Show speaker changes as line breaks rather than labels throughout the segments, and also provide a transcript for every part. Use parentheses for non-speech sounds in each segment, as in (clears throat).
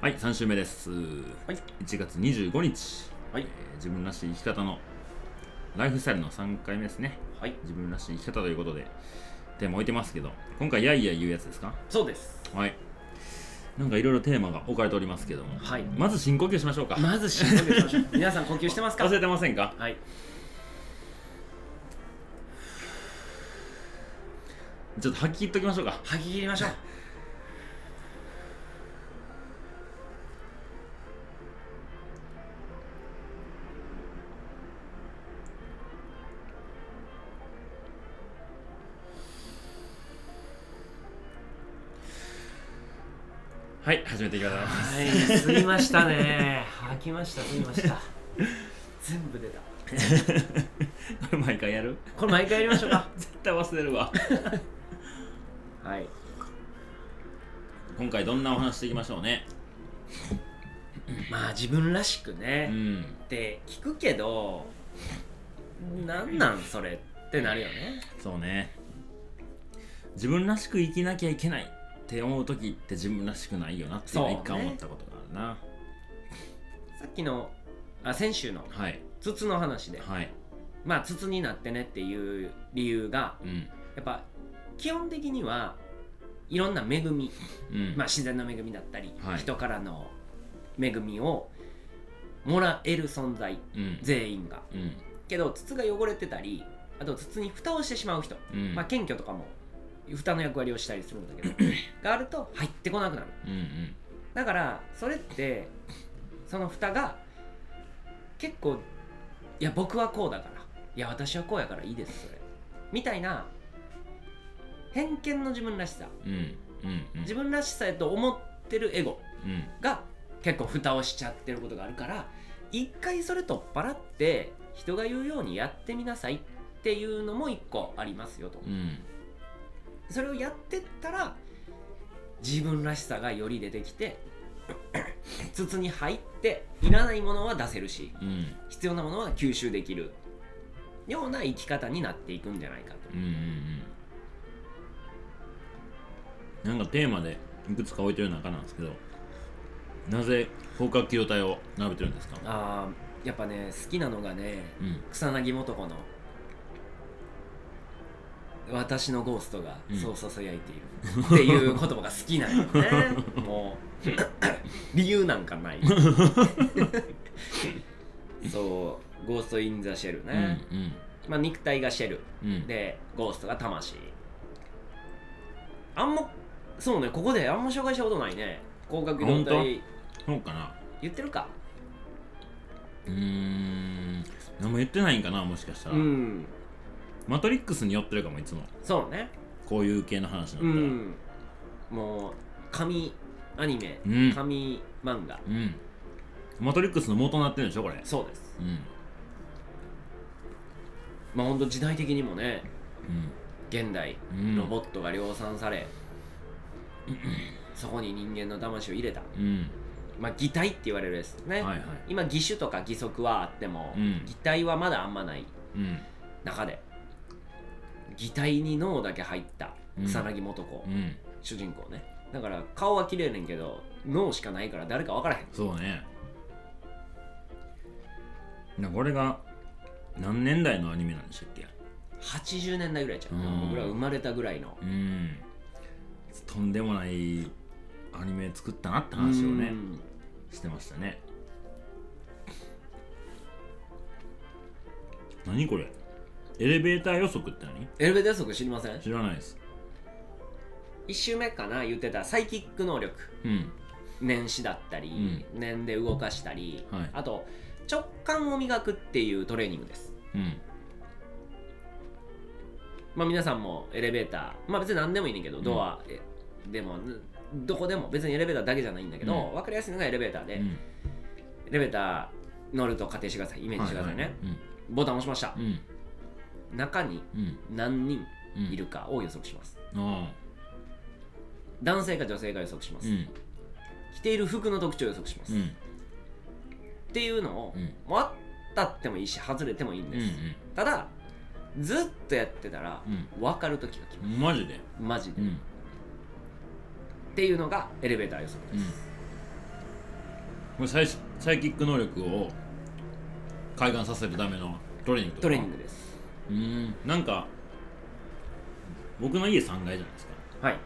はい、3週目です。
はい
1月25日、
はい
えー自分らしい生き方のライフスタイルの3回目ですね。
はい
自分らしい生き方ということで、テーマ置いてますけど、今回、やいや言うやつですか
そうです
はい。なんかいろいろテーマが置かれておりますけども、
はい
まず深呼吸しましょうか。
まず深呼吸しましょう (laughs) 皆さん呼吸してますか
忘れてませんか
はい
ちょっと吐き切っときましょうか。
吐き切りましょう
はい、始めていきましょう。
はい吸いましたね吐きました吸いました全部出た
これ毎回やる
これ毎回やりましょうか
絶対忘れるわ。
(laughs) はい
今回どんなお話していきましょうね。
まあ自分らしく
う
ね、
ん。
って聞くけどなんなんそれってなるよね
そうね自分らしく生きなきゃいけないって思う時って自分らしくないよなっていうのは
そう
一回
ね
思ったことがあるな、
さっきのあ先週の
はい
筒の話で
はい
まあ筒になってねっていう理由が
うん
やっぱ基本的にはいろんな恵み
うん
まあ、自然の恵みだったり、
はい
人からの恵みをもらえる存在
うん
全員が
うん
けど筒が汚れてたりあと筒に蓋をしてしまう人、
うん
まあ、謙虚とかも蓋の役割をしたりするんだけどがあると入ってこなくなる
うんうん
だからそれってその蓋が結構いや僕はこうだからいや私はこうやからいいですそれみたいな偏見の自分らしさ
うんうんうん
自分らしさやと思ってるエゴ
うん
が結構蓋をしちゃってることがあるから一回それ取っ払って人が言うようにやってみなさいっていうのも一個ありますよと、
うん
それをやってったら自分らしさがより出てきて筒に入っていらないものは出せるし
うん
必要なものは吸収できるような生き方になっていくんじゃないかと
うんうんうんなんかテーマでいくつか置いてる中なんですけどなぜ広角機動隊を並べてるんですか
あーやっぱね好きなのがね
うん
草薙素子の「私のゴーストが
うん
そうさ
(laughs)
さやいている」っていう言葉が好きなんよねもう (coughs) 理由なんかない
(laughs)
そう「ゴースト・イン・ザ・シェル
う
ね
ん」
まあ、肉体がシェル
うんうん
でゴーストが魂あんまそうねここであんま紹介したことないね広角
ほん
動
と
体
そうかな
言ってるか
うーん何も言ってないんかなもしかした
う
ら、
ん
マトリックスに寄ってるかもいつも
そうね
こういう系の話
う
になっ
ん、もう神アニメ、
うん
神漫
た
画
らうん、マトリックスの元になってるんでしょこれ
そうです
うん
まあほんと時代的にもね現代
うんうん
ロボットが量産され、そこに人間の魂を入れた
うん
まあ擬態って言われるですね、
はいはい
今義手とか義足はあっても、
うん
擬態はまだあんまない
うん
中で擬態に脳だけ入った
うん
草薙素子、
うん
主人公ねだから顔は綺麗ねんけど脳しかないから誰か分からへん
そうねなこれが何年代のアニメなんでしたっけ
80年代ぐらいちゃう、
うん
僕ら生まれたぐらいの
うんとんでもないアニメ作ったなって話をね
うん
してましたね何これエレベーター予測って何
エレベーター速知りません
知らないです
1周目かな言ってたサイキック能力
うん
年始だったり、念で動かしたり、
はい
あと直感を磨くっていうトレーニングです
うん
まあ皆さんもエレベーターまあ別に何でもいいねんけど
うん
ドア、えでもぬどこでも別にエレベーターだけじゃないんだけど、
うん
分かりやすいのがエレベーターで、
うん
エレベーター乗ると仮定してくださいイメージしてくださいね、
はは
ボタン押しました
う、ん
中に
うん
何人
うん
いるかを予測します
あ
男性か女性か予測しま
あう
す、
ん
着ている服の特徴を予測します、
う
っ
ん
ていうのを、
うん
もうあったってもいいし外れてもいいん
う
です、
ん
ただずっとやってたら
うん
分かる時が来ま
うんマジです
マジで、
う
っ
ん
ていうのがエレベーター予測
う
で
ん
す、
これサイサイキック能力を開眼させるためのトレーニングとか
トレーニングです
うーんなんか僕の家3階じゃないですか
はい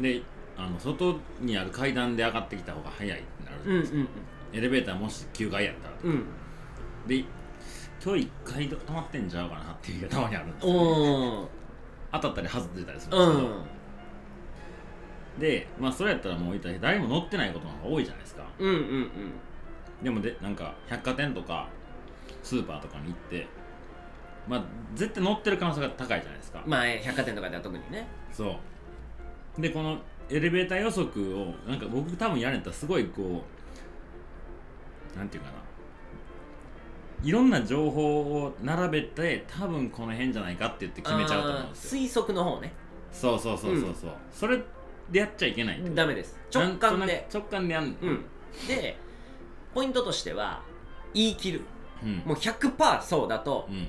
であの外にある階段で上がってきた方が早いってなるじゃ
う
ない
んうん
ですか、エレベーターもし9階やったら
うんうん
で今日1階ど止まってんちゃうかなっていう日がたまにあるんですよね、
おー
当たったり外れたりするん
う
ですけど、
ん
でまあそれやったらもう一体誰も乗ってないことの方が多いじゃないですか
うんうんうん
でもでなんか百貨店とかスーパーとかに行ってまあ絶対乗ってる可能性が高いじゃないですか、
まあえー百貨店とかでは特にね
そうでこのエレベーター予測をなんか僕多分やれたらすごいこうなんていうかないろんな情報を並べて多分この辺じゃないかって言って決めちゃうと思うんですよ
あー推測の方ね
そうそうそうそうそう、それでやっちゃいけないってこと
ダメです
な
直
んとなく
感で
直感でやん
うんでポイントとしては言い切る
うん
もう100%そうだと
うん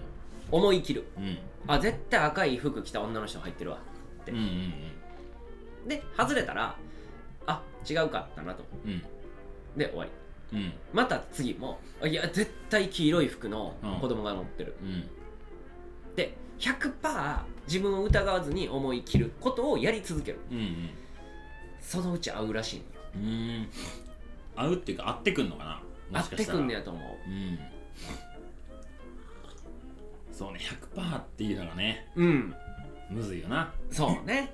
思い切る
うん
あ絶対赤い服着た女の人入ってるわて
うんうん
で外れたらあ違うかったなと
うんうん
で終わり
うん
また次もあいや絶対黄色い服の
うん
子供が乗ってる、
うん
で100%自分を疑わずに思い切ることをやり続ける
うんうん
そのうち合うらしいのよ
うーん合うっていうか合ってくんのかな
合
も
っ
しか
て
した
く
ら
んねやと思
うんそうね100%っていうのがね
ううん
むずいよな
そうね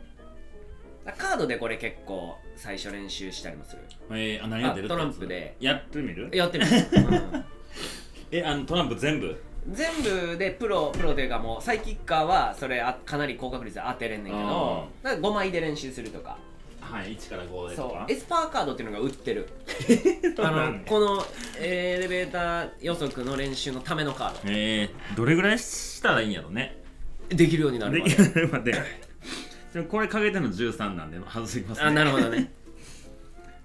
だカードでこれ結構最初練習したりもする
えー、あ何が出るってやつ
あトランプで
やってみる
やって
(laughs)
みる、
えあのトランプ全部
うん全部でプロプロというかもうサイキッカーはそれあかなり高確率で当てれんねんけどだから5枚で練習するとか
はい1から5でと
そ
か
うエスパーカードっていうのが売ってるあ
(laughs) そうな
の
んだ
このえーエレベーター予測の練習のためのカー
えー、どれぐらいしたらいいんやろね
ドできるようにな
で
るまで
(laughs) きるまででもこれかけての13なんで外すぎますね
(laughs) あなるほど
(laughs)
ね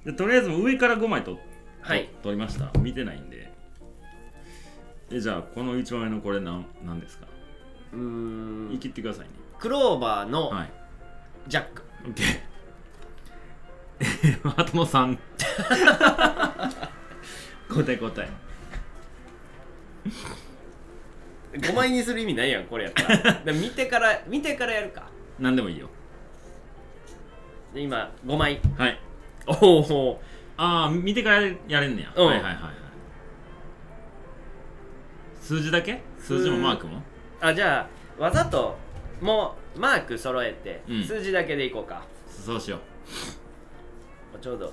でとりあえず上から5枚と、
はい
と取りました見てないんでえじゃあこの1枚目のこれなんなんですか
うーん
言い切ってくださいね
クローバーの
はい
ジャック、
OK えあとの3答え答え
5枚にする意味ないやんこれやったら
(laughs)
だから見てから見てからやるか
何でもいいよ
で今5枚
はい
おお
ああ見てからやれんねや、
うん
はいはいはいはい数字だけ数字もマークも
あじゃあわざともうマーク揃えて、
うん
数字だけでいこうか
そうしよ
ちょうど
う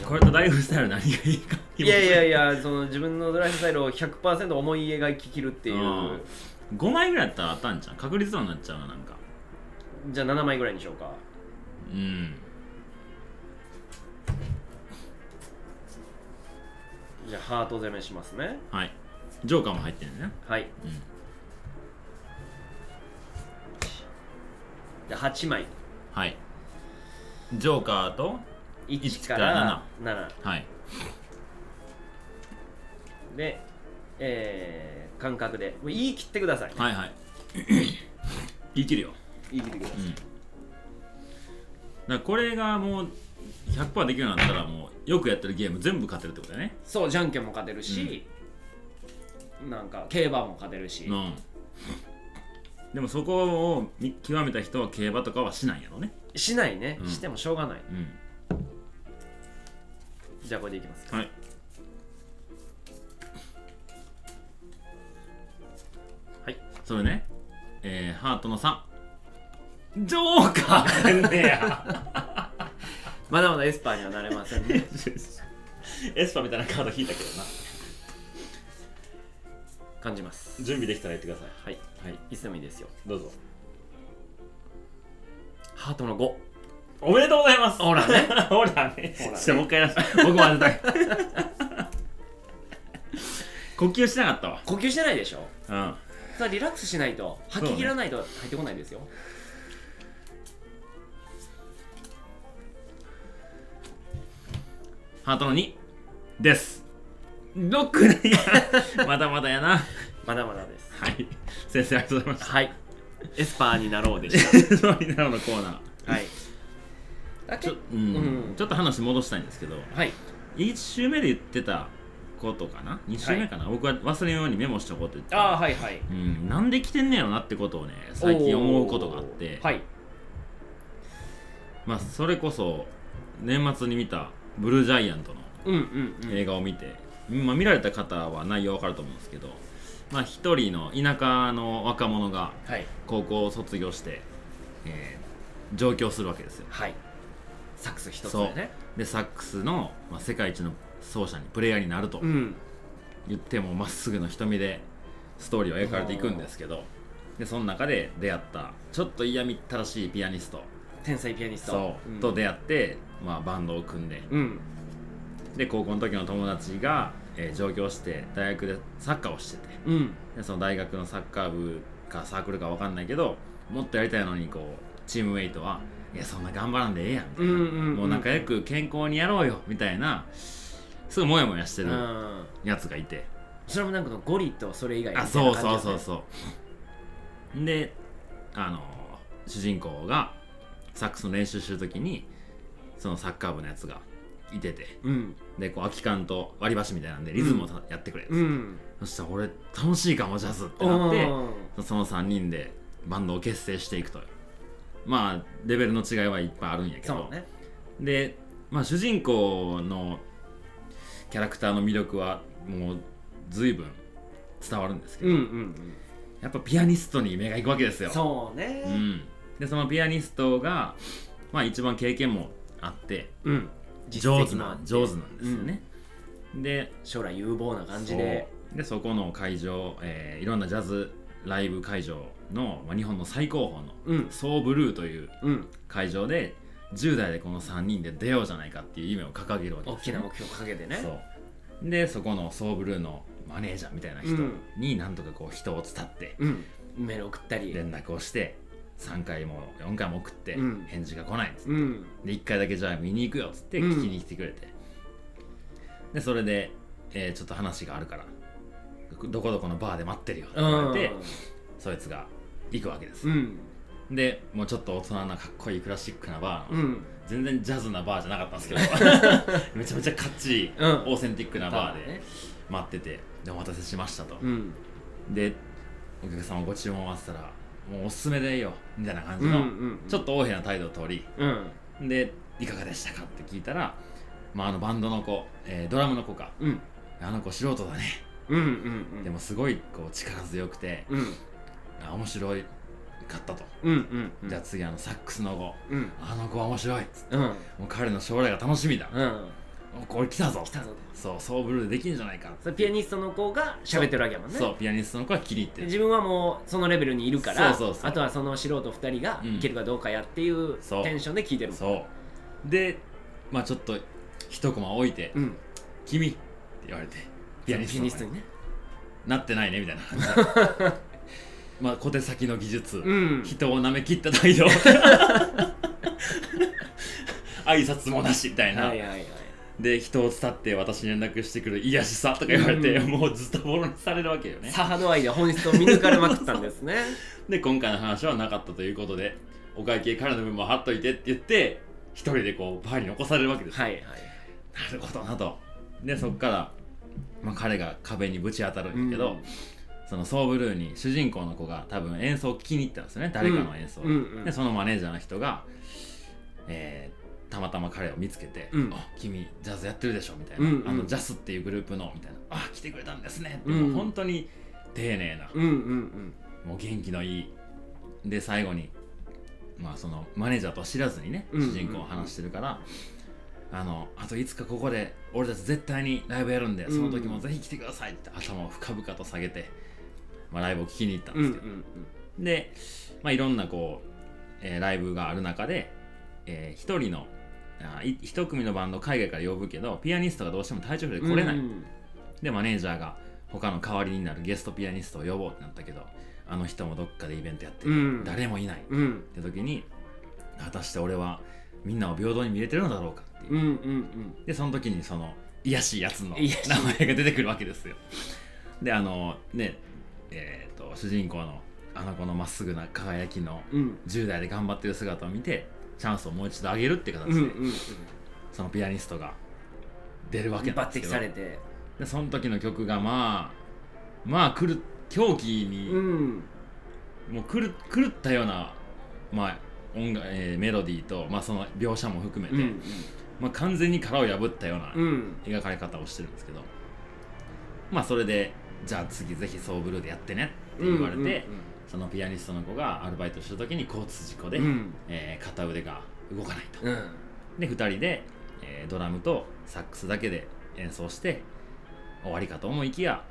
34
これとライフスタイル何がいいか
いやいやいやその自分のドライフスタイルを100%思い描ききるっていう
うん5枚ぐらいやったら当たんじゃん確率論になっちゃうななんか
じゃあ7枚ぐらいにしようか
うん
じゃあハート攻めしますね
はいジョーカーも入ってるね
はい
うん
じゃあ8枚
はいジョーカーと
1か
から
ら7
はい
でえー、感覚でもう言い切ってください、ね
はいはい (coughs) 言い切るよ
言い切ってください、
うんだからこれがもう100%できるようになったらもうよくやってるゲーム全部勝てるってことだよね
そうじゃんけんも勝てるし、なんか競馬も勝てるし、
うんでもそこを見極めた人は競馬とかはしないんやろね
しないね、
うん
してもしょうがない
うん
じゃあこれでいきます
はい
はい
それねえー、ハートの3ジョーカーってんねや
まだまだエスパーにはなれませんね
(laughs) エスパみたいなカード引いたけどな
(laughs) 感じます
準備できたら言ってくださ
はい
いはい
いつでもいいですよ
どうぞ
ハートの5
おめでとうございます
ほらね
(laughs) ほらね
ほらね
してもう一回やらせ (laughs) て僕も当てたい呼吸しなかったわ
呼吸してないでしょ
うん
さあリラックスしないと吐き切らないと入ってこないですよ、
ハートの2です6だや (laughs) まだまだやな
まだまだです
はい先生ありがとうございまし
はいエスパーになろうでし
(laughs)
た
そうみんなのコーナー
たはいだけ
ちょ,、うん
うん
ちょっと話戻したいんですけど
はい
1周目で言ってたことかな2周目かな、僕は忘れんようにメモしとこうって言って
ああ
た
はいはい
うん、なんで来てんねやろなってことをね最近思うことがあって、
おーはい
まあ、それこそ年末に見たブルージャイアントの
うんうんうん
映画を見て、まあ、見られた方は内容わかると思うんですけど、まあ、一人の田舎の若者が
はい
高校を卒業して、えー上京するわけですよ
はいサックス一つでね
でサックスの、まあ、世界一の奏者にプレイヤーになると
ん
言ってもまっすぐの瞳でストーリーは描かれていくんですけどでその中で出会ったちょっと嫌みったらしいピアニスト
天才ピアニスト
そう、
ん
と出会って、まあ、バンドを組んで
うん
で高校の時の友達が、えー上京して大学でサッカーをしてて
うん
でその大学のサッカー部かサークルか分かんないけどもっとやりたいのにこうチームメイトは「いやそんな頑張らんでええやん」みた
う
い
ん
な、
うん
もう仲良く健康にやろうよみたいなすごいモヤモヤして
う
る
ん
やつがいて、
それもなんかのゴリとそれ以外み
あ
たい
そ
な
う
感じだ
そ
ね
うそうそうであの主人公がサックスの練習してる時にそのサッカー部のやつがいてて
うん
でこう空き缶と割り箸みたいなんでリズムをたやってくれる、
うん
そしたら俺楽しいかもジャズってな
お
って
ー
その3人でバンドを結成していくとまあレベルの違いはいっぱいあるんやけ
そ
ど、
うね
で、まあ、主人公のキャラクターの魅力はもう随分伝わるんですけ
うん
ど、
うんうん
やっぱピアニストに目が行くわけですよ
そう
う
ね
ん、でそのピアニストが、まあ、一番経験もあって
うん
上手な上手
な
なんですよね、で
将来有望な感じで
そうでそこの会場、えーいろんなジャズライブ会場の、まあ、日本の最高峰の
うん
ソーブルーという
うん
会場で10代でこの3人で出ようじゃないかっていう夢を掲げるわけ
大
です
き
よ
な目標を掲げてね
そうでそこのソーブルーのマネージャーみたいな人
うん
になんとかこう人を伝って
うんメール送ったり
連絡をして3回も4回も送って
うん
返事が来ないっつって
うん
で1回だけじゃあ見に行くよっつって
うん
聞きに来てくれてでそれで、えーちょっと話があるからどこどこのバーで待ってるよって
う
言わ
ん
れてそいつが行くわけです
うん
でもうちょっと大人なかっこいいクラシックなバー
う
の
ん
全然ジャズなバーじゃなかったん
(laughs)
ですけどめちゃめちゃかっちり
うん
オーセンティックなバー
ね
で待っててでお待たせしましたと、
うん
でお客様ご注文あってたらもうおすすめでいいよみたいな感じ
うんう
の、
ん
ちょっと横柄な態度を取
うん
りでいかがでしたかって聞いたら、まあ、あのバンドの子、えードラムの子か
うん
あの子素人だね、
うんうんうん
でもすごいこう力強くて、
うん
あ面白いかったと、
うんうんうん
じゃあ次あのサックスの子
うん
あの子は面白いっつって
うん
もう彼の将来が楽しみだ、
うん
おこれ来たぞ
来たぞ
そうソーブルーでできんじゃないか
それピアニストの子が喋ってるわけやもんね
そうピアニストの子は気に入って
で
る
自分はもうそのレベルにいるから
そうそうそう
あとはその素人2人が
うん
いけるかどうかやっていう
そう
テンションで聞いてるもん
そうでまあちょっと一コマ置いて
うん
「君」って言われて
ピ
ピ
ア
ア
ニ
ニスト
スト
に
にね
なってないねみたいな感じ
(laughs)
まあ小手先の技術、
うん
人を舐め切った態
(laughs)
度挨拶もなしみたいな、
はいはいはい
で人を伝って私に連絡してくる癒やしさとか言われて、
う
もうずっとボロにされるわけよね
左派の愛で本質を見抜かれまくったんですね
で今回の話はなかったということでお会計からの分も貼っといてって言って一人でこうバーに残されるわけですよ
(laughs) はいはい
なるほどなとでそっから、まあ、彼が壁にぶち当たるんやけど、
うん
そのソーブルーに主人公の子が多分演奏を聞きに行ったんですよね誰かの演奏を、
うんうん
でそのマネージャーの人が、えーたまたま彼を見つけて「
うん
あ君ジャズやってるでしょ」みたいな、
うんうん
あのジャスっていうグループの」みたいな「あ来てくれたんですね」って、
うん
もう本当に丁寧な、
うんうん
もう元気のいいで最後にまあそのマネージャーとは知らずにね
うんうんう
主
ん
人公は話してるから、あのあといつかここで俺たち絶対にライブやるんで
うん
その時もぜひ来てくださいって頭を深々と下げて、まあ、ライブを聞きに行ったん
うん
で
うん
す
うん
けど、で、まあ、いろんなこう、えーライブがある中で、えー一人のあい一組のバンドを海外から呼ぶけどピアニストがどうしても体調不良で
うん
来れない、
うん
でマネージャーが他の代わりになるゲストピアニストを呼ぼうってなったけどあの人もどっかでイベントやってる、
うん
誰もいないっ
うん
て時に果たして俺はみんなを平等に見れてるのだろうかっていう、
うんうん
でその時にその癒やしいやつの名
癒やしい
前が出てくるわけですよであのねえっ、と主人公のあの子のまっすぐな輝きの
うん
10代で頑張ってる姿を見てチャンスをもう一度あげるって形
うんう
で、
んうん
そのピアニストが出るわけ
抜
なんですけ
擢
ど
されて
でその時の曲がまあまあ狂っ狂気に、
うん
もう狂っ狂ったような、まあ音楽えーメロディーと、まあ、その描写も含め
う
て、
ん
まあ、完全に殻を破ったような
うん
描かれ方をしてるんですけど、まあそれでじゃあ次ぜひソーブルーでやってねって言われて、そのピアニストの子がアルバイトした時に交通事故で、
うんうん
えー片腕が動かないと
うんうん
で2人で、えードラムとサックスだけで演奏して終わりかと思いきや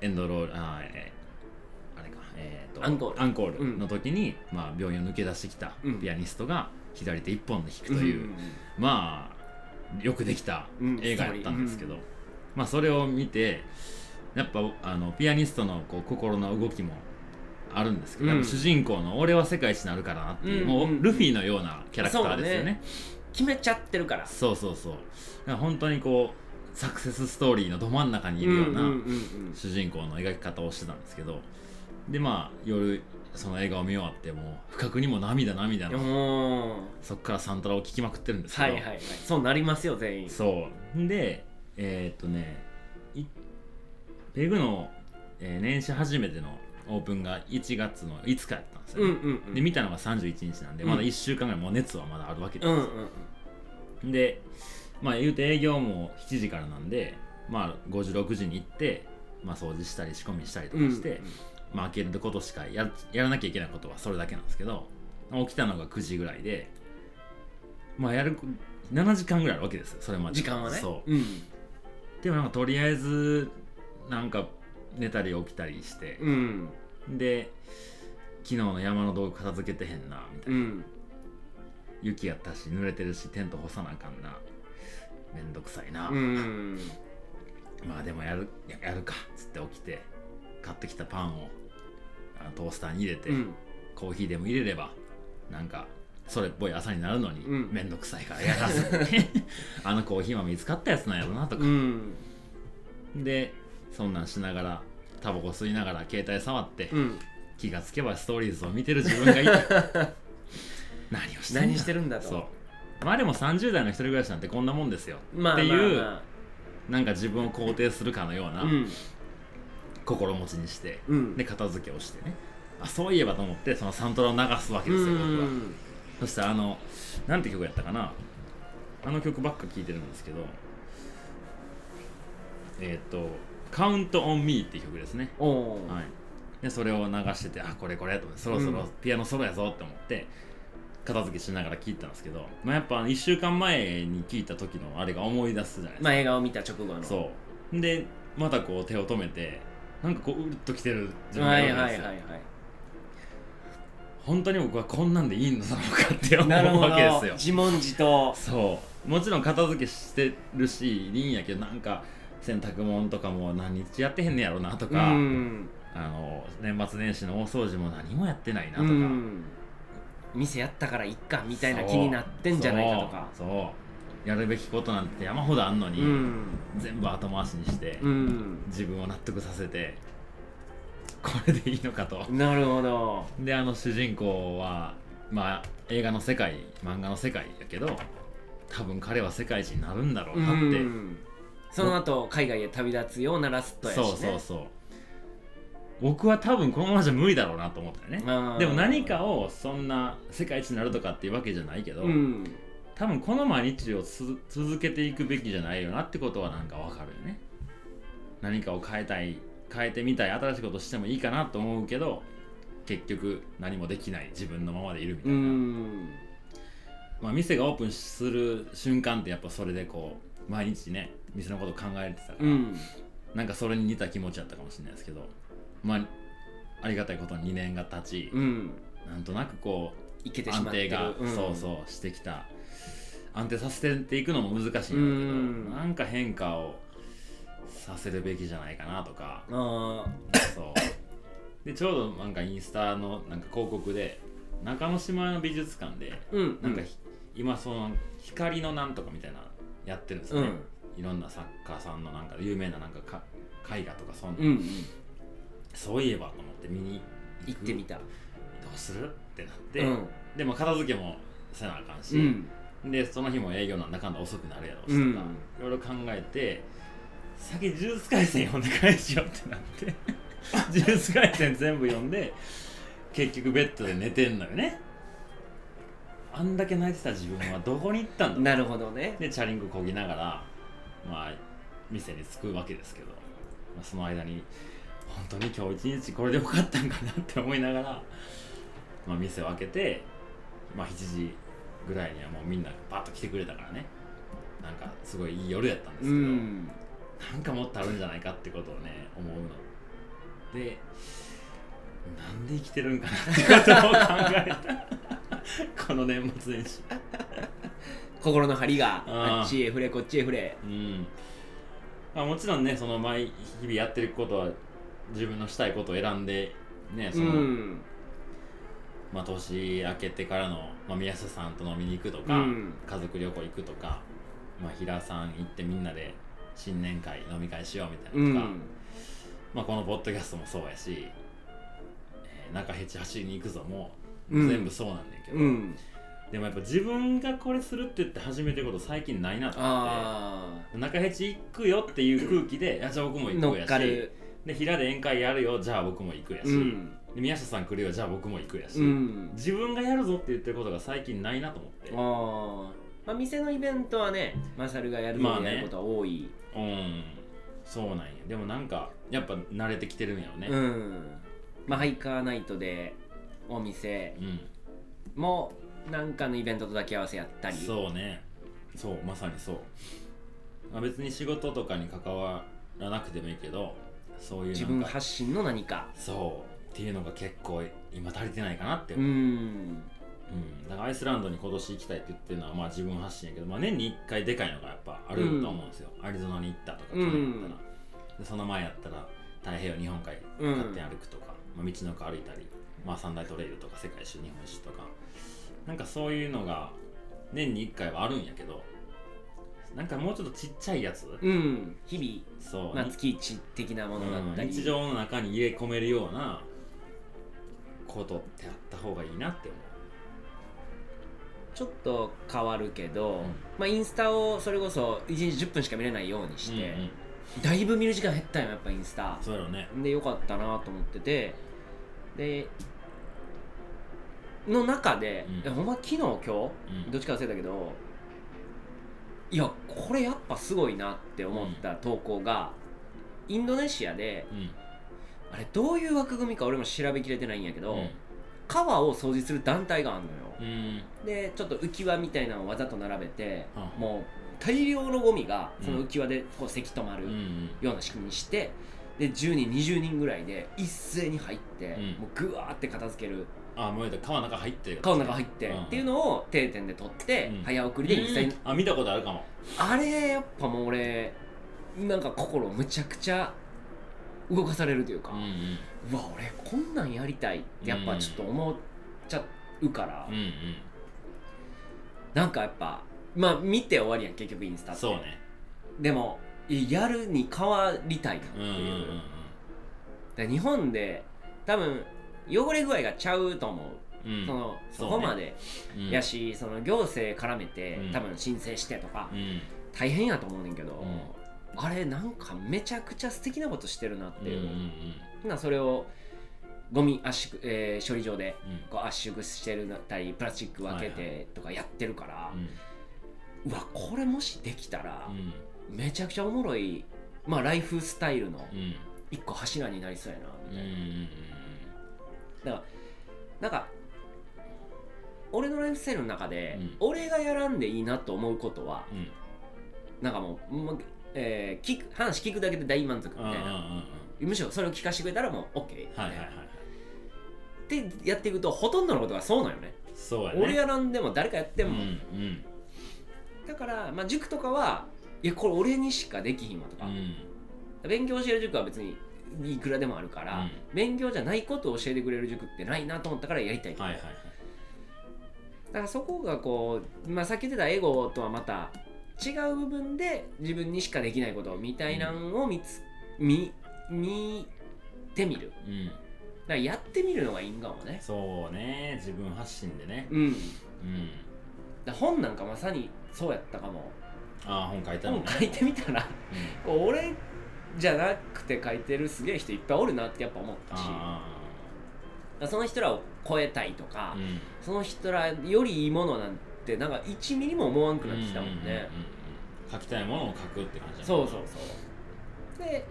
エンドロールあー、えーあれか、えーと
アンコールうん
の時に、まあ、病院を抜け出してきた
うん
ピアニストが左手一本で弾くという、まあよくできた
うん
映画やったんですけど、
うん
まあそれを見てやっぱあのピアニストのこう心の動きもあるんですけど、
うん
やっぱ主人公の「俺は世界一になるからな」っていう、
うん
も
うん
うルフィのようなキャラクターですよ
そうね
ね
決めちゃってるから
そうそうそうだから本当にこうサクセスストーリーのど真ん中にいるよう
うんうん
な
うんうん
主人公の描き方をしてたんですけどでまあ夜その映画を見終わってもう不覚にも涙涙の
おー
そっからサントラを聴きまくってるんですけ
は
ど、
いはいはいそうなりますよ全員
そうでえーっとねいペグの、えー年始初めてのオープンが1月の5日やったんですよ、
うん
ね
うんうん
で見たのが31日なんで
うん
まだ1週間ぐらいもう熱はまだあるわけです
う
よ、
んうん
でまあ言うて営業も7時からなんでまあ5時6時に行って、まあ、掃除したり仕込みしたりと
う
か
ん
して、まあ開けることしかややらなきゃいけないことはそれだけなんですけど起きたのが9時ぐらいでまあやる7時間ぐらいあるわけですよそれまで
時間はね
そう
うん
でもなんかとりあえずなんか寝たり起きたりして、
うん
で昨日の山の道具片付けてへんなみたいな、
うん
雪やったし濡れてるしテント干さなあかんなめんどくさいな、
うん
まあでもやるややるかっつって起きて買ってきたパンをあのトースターに入れて、
うん
コーヒーでも入れればなんかそれっぽい朝になるのに、
うん
めんどくさいからやらず
(laughs)
にあのコーヒーは見つかったやつなんやろなとか
う、ん
でそんなんしながらタバコ吸いながら携帯触って、
うん
気がつけばストーリーズを見てる自分
(laughs)
がいて何をしてんだ
何してるんだと
そうまあでも30代の一人暮らしなんてこんなもんですよ
まあ
っていう
まあ
なんか自分を肯定するかのよう
ま
な
あうん
心持ちにして、
うん
で片付けをしてねあそういえばと思ってそのサントラを流すわけ
う
ですよ、僕は
ん
そしたらあのなんて曲やったかなあの曲ばっか聴いてるんですけどえっ、と「Count on Me」っていう曲ですね
おおー
はい、でそれを流しててあこれこれと思ってそろそろ
うん
ピアノソロやぞって思って片付けしながら聴いたんですけど、まあ、やっぱ1週間前に聴いた時のあれが思い出すじゃないですか、
まあ映画を見た直後の
そうでまたこう手を止めてなんかこううるっときてる自分が
はいい
るんですよ、
はいはいはい
本当に僕はこんなんでいいのだろうかって思
なる
う
ほ
わけです
ど
よ
自問自答
そうもちろん片付けしてるしいいんやけどなんか洗濯物とかも何日やってへんねやろなと
う
か、
ん
あの年末年始の大掃除も何もやってないなと
う
か、
ん店やったからいっかみたいな気になってんじゃないかとか
そうそうやるべきことなんて山ほどあんのに、
うん
全部後回しにして、
うん
自分を納得させてこれでいいのかと、
なるほど
であの主人公はまあ映画の世界漫画の世界やけど多分彼は世界一になるんだろうなって、
うんその後海外へ旅立つようなラストやしね
そうそうそう僕は多分このままじゃ無理だろうなと思ったよね
あー
でも何かをそんな世界一になるとかっていうわけじゃないけど、
うん
多分この毎日をつ続けていくべきじゃないよなってことはなんかわかるよね何かを変えたい変えてみたい新しいことしてもいいかなと思うけど結局何もできない自分のままでいるみた
う
いな、
ん
まあ、店がオープンする瞬間ってやっぱそれでこう毎日ね店のこと考えてたから、
うん
なんかそれに似た気持ちだったかもしれないですけどまあありがたいことに2年が経ち、
うん
なんとなくこ
いけ
う
てし
安
まっ
定
てる
が、
ん
そうそうしてきた安定させていくのも難しいんだけど、
うん
なんか変化をさせるべきじゃないかなとか (laughs)
あ
そうでちょうどなんかインスタのなんか広告で中之島の美術館で
ーうん
なんかひ、今その光のなんとかみたいなやってるんです
う
ね、
ん
いろんな作家さんのなんか有名ななんかか絵画とかそんな、
うん
そういえばと思って見に
行ってみた
どうするってなって、
うん
でも片付けもせなあかんし、
うん
でその日も営業なんだかんだ遅くなるやろうし
う
と
ん
か、いろいろ考えて先ジュース回線読んで返しようってなって
(laughs)
ジュース回線全部読んで結局ベッドで寝てんのよねあんだけ泣いてた自分はどこに行ったんだ
なるほどね
でチャリンコこぎながらまあ店に着くわけですけど、まあ、その間に本当に今日一日これでよかったんかなって思いながら、まあ、店を開けて、まあ、7時ぐらいにはもうみんなバッと来てくれたからねなんかすごいいい夜やったんです
う
けど、
ん
なんかもっとあるんじゃないかってことをね思うのでなんで生きてるんかなってことを考えた (laughs) この年末年始
心の張りが
あー
あっちへ触れこっちへ触れ
うんまあ、もちろんねその毎日々やってることは自分のしたいことを選んでね
う
その、
ん
まあ、年明けてからの、まあ、宮下さんと飲みに行くと
う
か、
ん
家族旅行行くとか、まあ、平さん行ってみんなで新年会飲み会しようみた
う
いなとか、
ん
まあ、このポッドキャストもそうやし、えー中ヘチ走りに行くぞもう、
うん
全部そうなんだけど、
うん
でもやっぱ自分がこれするって言って始めてること最近ないなと思って。
あ
中ヘチ行くよっていう空気で、いやじゃあ僕も
あ
行
乗
く
っ
や
か
し、
る
で平で宴会やるよ、じゃあ僕も行くやし、
うん
で宮下さん来るよ、じゃあ僕も行くやし、
うん
自分がやるぞって言ってることが最近ないなと思って、
あーまあ店のイベントはねマサルがやる
まあ
の
ね
やることは多い
うん、そうなんや、でもなんか、やっぱ慣れてきてるんやろね、
う、んまあハイカーナイトでお店
うん、
もなんかのイベントと抱き合わせやったり
そうね、そう、まさにそう、まあ、別に仕事とかに関わらなくてもいいけど、そういうなんか
自分発信の何か
そうっていうのが結構今足りてないかなって
う
思う。
ん
うん、だからアイスランドに今年行きたいって言ってるのはまあ自分発信やけど、まあ、年に1回でかいのがやっぱあると思うんですよ、アリゾナに行ったとか去
う
年やっ
ん
たら、でその前やったら太平洋日本海
うん
勝手に歩くとか、まあ、道の駅歩いたり、まあ、三大トレイルとか世界一周日本一周とかなんかそういうのが年に1回はあるんやけどなんかもうちょっとちっちゃいやつ、
うん日
そう、
々、まあ、月一的なものだった
う
り
ん日常の中に入れ込めるようなことってあった方がいいなって思
ちょっと変わるけど、
うん
まあ、インスタをそれこそ1日10分しか見れないように
う。
して、
うんうん
だいぶ見る時間減ったよやっぱインスタ
そうやろうね
でよかったなと思っててでの中で、
うん
いやほんま昨日今日、
うん
どっちか忘れたけどいやこれやっぱすごいなって思った投稿が、インドネシアで
うん
あれどういう枠組みか俺も調べきれてないんやけど、
うん
川を掃除する団体があんのよ、
うん
でちょっと浮き輪みたいなのをわざと並べて、
はあ
もう大量のゴミが
うん
その浮き輪でこうせき止ま
う
る
んうん
ような仕組みにして、で10人20人ぐらいで一斉に入って、
うん
もうぐわーって片付ける
あもう言うた川の中入ってる
川の中入って、
うん
っていうのを定点で撮って、
うん
早送りで
で
実際に、
あ見たことあるかも
あれやっぱもう俺なんか心むちゃくちゃ動かされるというか、
うんうん
うわ俺こんなんやりたいってやっぱちょっと思っちゃうから。
うんうん
なんかやっぱまあ見て終わりやん結局インスタって
そうね
でもいやるに変わりたいなって
うん
いうう,、
んうん
で日本で多分汚れ具合がちゃうと思う、
うんうん
その
そ
そう
ね
こまで
うん
やし、その行政絡めて、
うん
多分申請してとか、
うん
大変やと思うねんけど、
う
あれなんかめちゃくちゃ素敵なことしてるなっ
うん
て
うん
いうう、
ん
なそれをゴミ圧縮、えー処理場で
うん
こう圧縮してるなったりプラスチック分けてとかやってるから、うわこれもしできたら、
うん
めちゃくちゃおもろい、まあ、ライフスタイルの
うん
一個柱になりそうやな
うん
みたいな、
う
なんか俺のライフスタイルの中で、
うん
俺がやらんでいいなと思うことは
んうん
なんかもう、もうえー聞く話聞くだけで大満足み
うんうんうん
たいなむしろそれを聞かせてくれたらもう OK みた
はいい
な、
はいはい
ってやっていくとほとんどのことがそうなのね
そうやね
俺やらんでも誰かやって
うん
も、
うん
だから、まあ、塾とかはいやこれ俺にしかできひんわと
う
か、
ん
勉強教える塾は別にいくらでもあるから、
うん
勉強じゃないことを教えてくれる塾ってないなと思ったからやりたいと、
はいはいはい
だからそこがこう、まあ、さっき言ってたエゴとはまた違う部分で自分にしかできないことみたいなのを見つ、見見てみるだか
うん
らやってみるのがいいんかもね
そうね自分発信でね
うん
うん
ら本なんかまさにそうやったかも
ああ本書いたの
本
ね
書いてみたら
うん
俺じゃなくて書いてるすげえ人いっぱいおるなってやっぱ思ったしだか
あ
らその人らを超えたいと
あ
か、
うん
その人らよりいいものなんてなんか1ミリも思わんくなってきたもんね、
うううううん書きたいものを書くって感じだね
そうそうそうで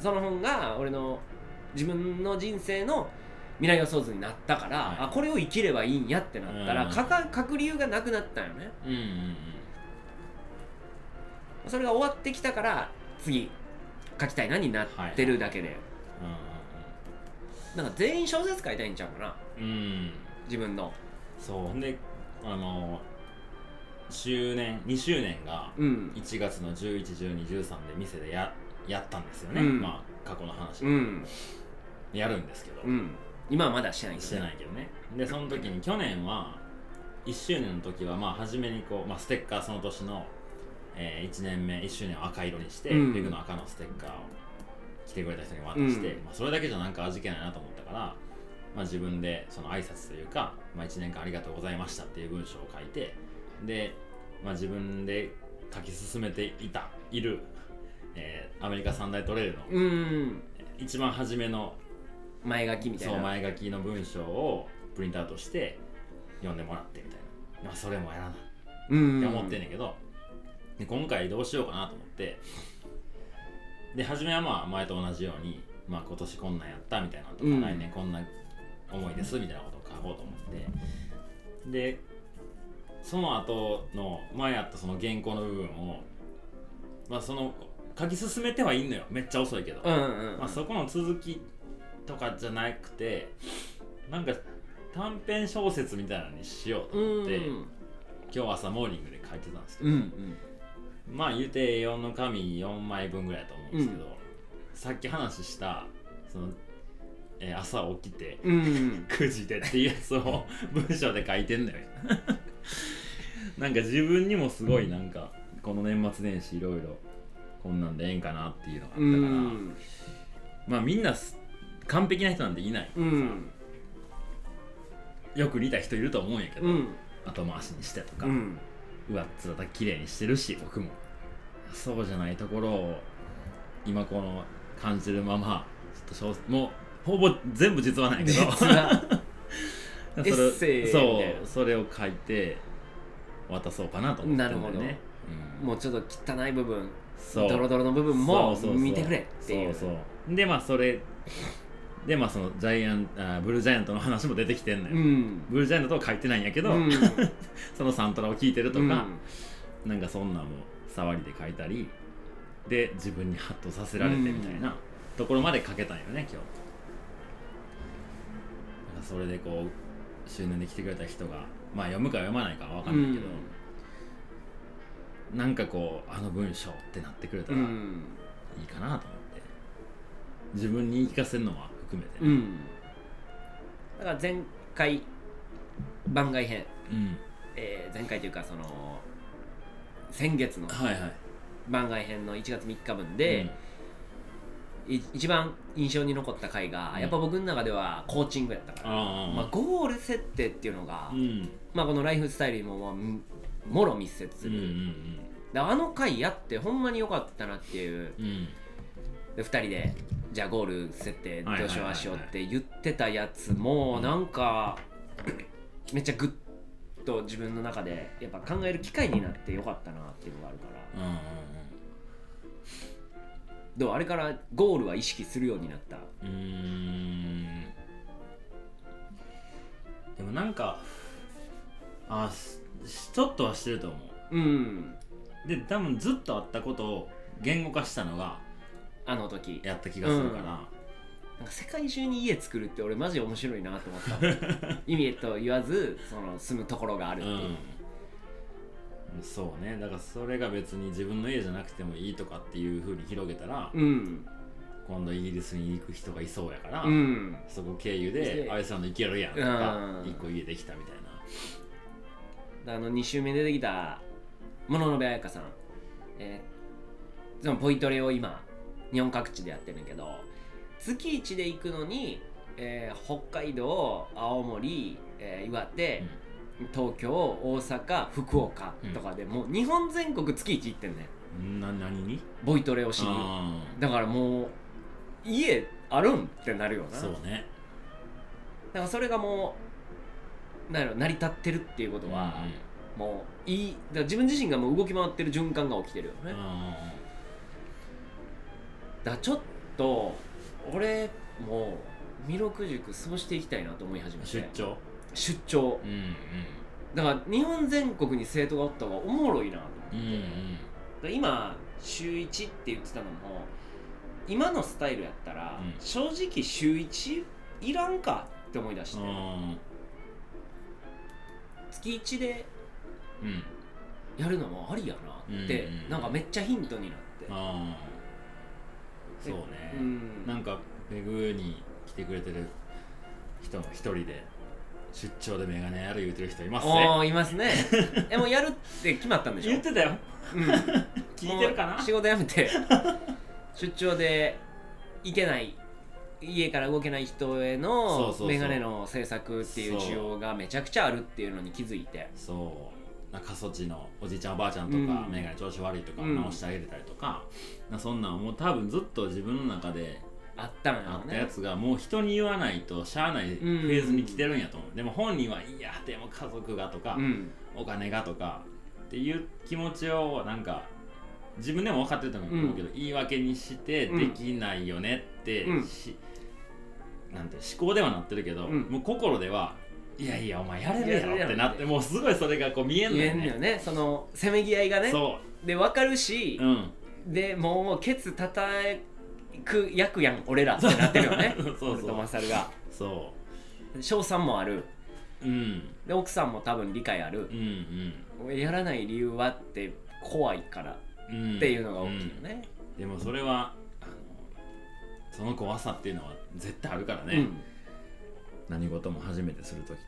その本が俺の自分の人生の未来予想図になったから、
はい
あこれを生きればいいんやってなった
う
ら
ん
書か書く理由がなくなったんよね
うんうんうん
それが終わってきたから次書きたいなになってるだけで、なんか全員小説書いたいんちゃうかな
うんうんうんうん
自分の
そうほんであの周年2周年が
うん
1月の111213で店でややったんですよね、
うん
まあ過去の話、
うん
やるんですけど、
うん今はまだしてないけど
してないけどねでその時に去年は1周年の時はまあ初めにこう、まあ、ステッカーその年の、え1年目1周年を赤色にして、
うん
ペグの赤のステッカーを来てくれた人に渡して、
うん
まあ、それだけじゃなんか味気ないなと思ったから、まあ、自分でその挨拶というか、まあ、1年間ありがとうございましたっていう文章を書いてで、まあ、自分で書き進めていたいる、えーアメリカ三大トレイルの
うん
一番初めの
前書きみたい
そう
な
前書きの文章をプリントアウトして読んでもらってみたいな、まあ、それもやらなっ
うん
て思ってんねんけど、で今回どうしようかなと思ってで初めはまあ前と同じように、まあ、今年こんなんやったみたいなのとか、
うん
来年こんな思いですみたいなことを書こうと思ってでその後の前あったその原稿の部分を、まあ、その書き進めてはいいのよめっちゃ遅いけど、
うんうんうん
まあ、そこの続きとかじゃなくてなんか短編小説みたいなのにしようと
うん
思
う
って
ん
今日朝モーニングで書いてたんですけ
う
ど、
ん
まあ言うて A4 の紙4枚分ぐらいだと思うんですけど、さっき話したその、えー朝起きて
うん
9時でっていうやつ
(laughs)
を文章で書いてんだよ (laughs) なんか自分にもすごいなんかこの年末年始いろいろこんなんでええんかなっていうのがあったか
う
ら、
ん
まあみんなす完璧な人なんていない、
うん
よく似た人いると思うんやけど、
うん
後回しにしてとか、
う
うんわっつらだ綺麗にしてるし僕もそうじゃないところを今この感じるままちょっと小説もうほぼ全部実はないけど
実は
(laughs) そ
エ
れ
ッセイみたいな
そうそれを書いて渡そうかなと思ってんだよ
なる
ね、うん
もうちょっと汚い部分
そう
ドロドロの部分も見てくれっていう
そうそうでまあそれでまあそのジャイアンあブルージャイアントの話も出てきてんのよ、
ん
ブルージャイア (laughs) ントとは書いてないんやけど、
うん
そのサントラを聞いてると
う
か、
ん
なんかそんなんも触りで書いたりで自分にハッとさせられてみたいなところまで書けたんよね今日なんかそれでこう周年で来てくれた人がまあ読むか読まないかは分かんないけど、なんかこうあの文章ってなってくれた
う
らいい
ん
かなと思って自分に言い聞かせるのは含めて
う
ね
んだから前回番外編、
うん、
えー前回というかその先月の
はいはい
番外編の1月3日分で、い一番印象に残った回が、
うん
やっぱ僕の中ではコーチングやったから、
あ
まあ、
あ
ゴール設定っていうのが、
うん
まあ、このライフスタイルにも、まあんもろ密接す
うんう
る、
ん
であの回やってほんまに良かったなっていう
うんうん
で2人でじゃあゴール設定どうし
は
よう
いはいはいはい
ああしようって言ってたやつも
うん
なんか (clears throat) めっちゃグッと自分の中でやっぱ考える機会になって良かったなっていうのがあるから
うんうん
でもあれからゴールは意識するようになった
うーんでもなんかあししちょっとはしてると思
うん
うで多分ずっとあったことを言語化したのが
あの時
やった気がするから、
なんか世界中に家作るって俺マジ面白いなと思った意味と言わずその住むところがあるっていう、
うんそうねだからそれが別に自分の家じゃなくてもいいとかっていうふうに広げたら、
うん
今度イギリスに行く人がいそうやから、
うん
そこ経由
で
でアイスランド行けるやんとか
うん
一個家できたみたいな
であの2週目に出てきた物部彩香さん、えーそのポイトレを今日本各地でやってるんやけど月1で行くのに、えー北海道青森、えー岩手、東京大阪福岡とかでもう日本全国月1行ってんねん
な何に
ボイトレをしに
あ
だからもう家あるんってなるよ
あ
な
そうね
だからそれがもうなんやろ成り立ってるっていうことは、もういいだから自分自身がもう動き回ってる循環が起きてるよね、
うんうん
だからちょっと俺もう弥勒塾そうしていきたいなと思い始めて
出張
出張
うんうん
だから日本全国に生徒がおった方がおもろいなと
うんう
思って、だか
ん
ら今週1って言ってたのも今のスタイルやったら、
うん
正直週1いらんかって思い出して、
うん
月1で
うん
やるのもありやなって、
うんうん
なんかめっちゃヒントになって
ああそうね、
うん
なんかペグに来てくれてる人も一人で出張でメガネやる言うてる人いますね
おーいますね
(laughs)
えもうやるって決まったんでしょ
言ってたよ
うん
聞いてるか
も
な
う仕事辞
(laughs)
めて出張で行けない家から動けない人へ
そう
の
そうそう
メガネの制作っていう需要がめちゃくちゃあるっていうのに気づいて
そうなんか過疎地のおじいちゃんおばあちゃんとか、
うん
メガネ調子悪いとか
うん
直してあげてたりとか、なんかそんなんもう多分ずっと自分の中で
あったの
あ
よ
ったや
ね
つがもう人に言わないとしゃあないフェーズに来てるんやと思う、でも本人はいやでも家族がとか、
うん
お金がとかっていう気持ちをなんか自分でも分かってたと思うけど、言い訳にして
うん
できないよねって、
うん
しなんて思考ではなってるけど、
うん
もう心ではいやいやお前やれるやろ
やれるや
ってな
ろ
ってもうすごいそれがこう見えんの
言え
よ
んの
ね
よねそのせめぎ合いがね
そ
で分かるし
う、うん、
でもうケツたたく役やん俺らってなってるよね
(laughs) そうそう
俺とマサルが
そ
賞賛もある
ううん
で奥さんも多分理解あ
う
る、
ん
やらない理由はって怖いから
うんうん
っていうのが大きいよね、
うんでもそれはあのその怖さっていうのは絶対あるからね、
うん
何事も初めてする時って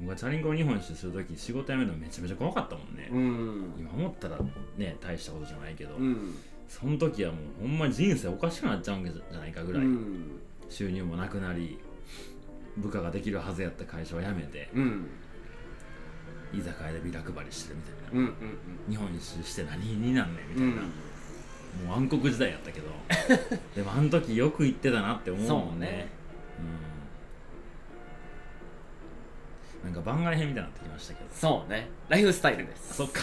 僕がチャリンコ日本一周する時仕事辞めるのめちゃめちゃ怖かったもんね、
うん
今思ったらね大したことじゃないけど、
うん
その時はもうほんま人生おかしくなっちゃうんじゃないかぐらい、
うん
収入もなくなり部下ができるはずやった会社を辞めて
うん
居酒屋でビラ配りしてるみたいな、
うんうん
日本一周して何になんねんみ
う
たい
ん
な、もう暗黒時代やった (laughs) けどでもあの時よく行ってたなって思うもんねうん、なんか番外編みたいになってきましたけど
そうねライフスタイルです
そっか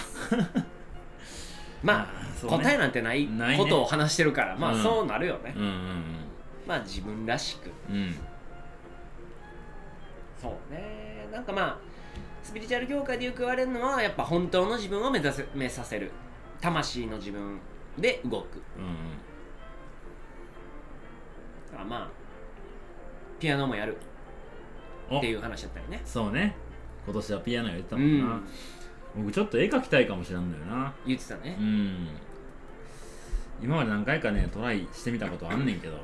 ま
あー (laughs)
あ
そうね
答えなんてない
ないね
ことを話してるから、ま
う
あ
ん
そうなるよね、
うんうん
まあ自分らしく
うんうん
そうねなんかまあスピリチュアル業界でよく言われるのはやっぱ本当の自分を目指せ目指せる魂の自分で動く
うん
だからまあピアノもやる
うんお
っていう話だったりね
そうね今年はピアノやってた
う
もんな、
ん
僕ちょっと絵描きたいかもしれんのよな
言ってたね
うん今まで何回かねトライしてみたことあんねんけどあの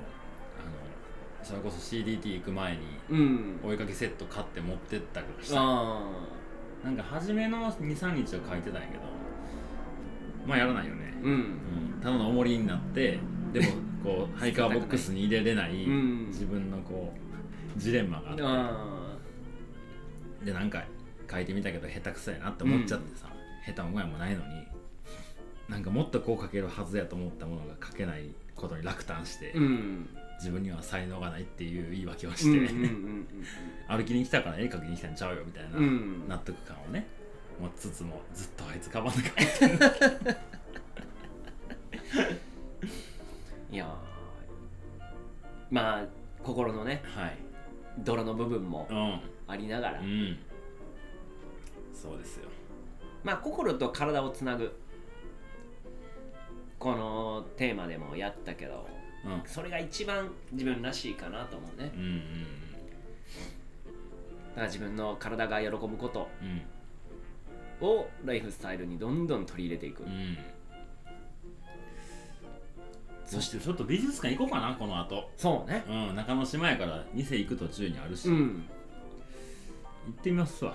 それこそ CDT 行く前に
うん
お絵かきセット買って持ってったりとかした
あ
なんか初めの23日は書いてたんやけどまあやらないよね
あ、うん
うん、ただの重りになってでもこ
(laughs)
うハイカーボックスに入れれない
うん
自分のこうジレンマがあって
あ
でなんか書いてみたけど下手くそやなって思っちゃってさ、下手もうまいもないのになんかもっとこう書けるはずやと思ったものが書けないことに落胆して、
ーうん
自分には才能がないっていう言い訳を
うん
し
う
て、
んうん
歩きに来たから絵描きに来たんちゃうよみたいな、
うんうん
納得感をね持ちつつもずっとあいつかばんなかった
いやーまあ心のね
はい
泥の部分も
うん
ありながら、
うんそうですよ
まあ心と体をつなぐこのテーマでもやったけど
うん
それが一番自分らしいかなと思うね
うんうん
だから自分の体が喜ぶこと
うん
をライフスタイルにどんどん取り入れていく、
うん
そ
そ
し
しててちょっと美術館行こうかなこの後
そうね
うん中之島やから店行く途中にあるし、
う
行
ん
ってみますわ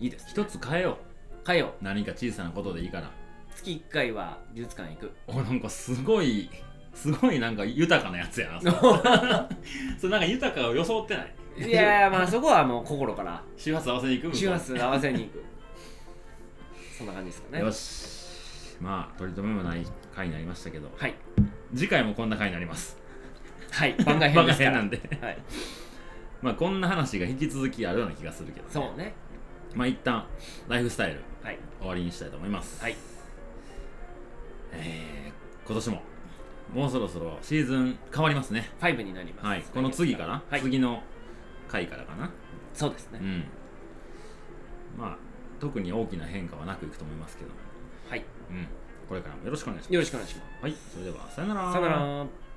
いいです
一つ変えよ
かよ
う何か小さなことでいいから
月1回は美術館行く
おなんかすごい
(laughs)
すごいなんか豊かなやつやなそれそれなんか豊かを装ってない
いや
(laughs)
いやまあそこはもう心から
周波数合わせに行く向こう
周波数合わせにいくそんな感じですかね
よしまあ取り留めもない回になりましたけど
はい
次回もこんな回になります
はい番外編ですか
番
ら
外編なんで (laughs)
はい、
まあこんな話が引き続きあるような気がするけど、ね、
そうね
まあ一旦ライフスタイル
はい
終わりにしたいと思います
はい
えー、今年ももうそろそろシーズン変わりますね
5になります
はいこの次かな、
はい
次の回からかな
そうです
う
ね
んまあ特に大きな変化はなくいくと思いますけど
はい
うんこれからもよろしくお願いします
よろしくお願いしま
はいそれではさよ
すさよなら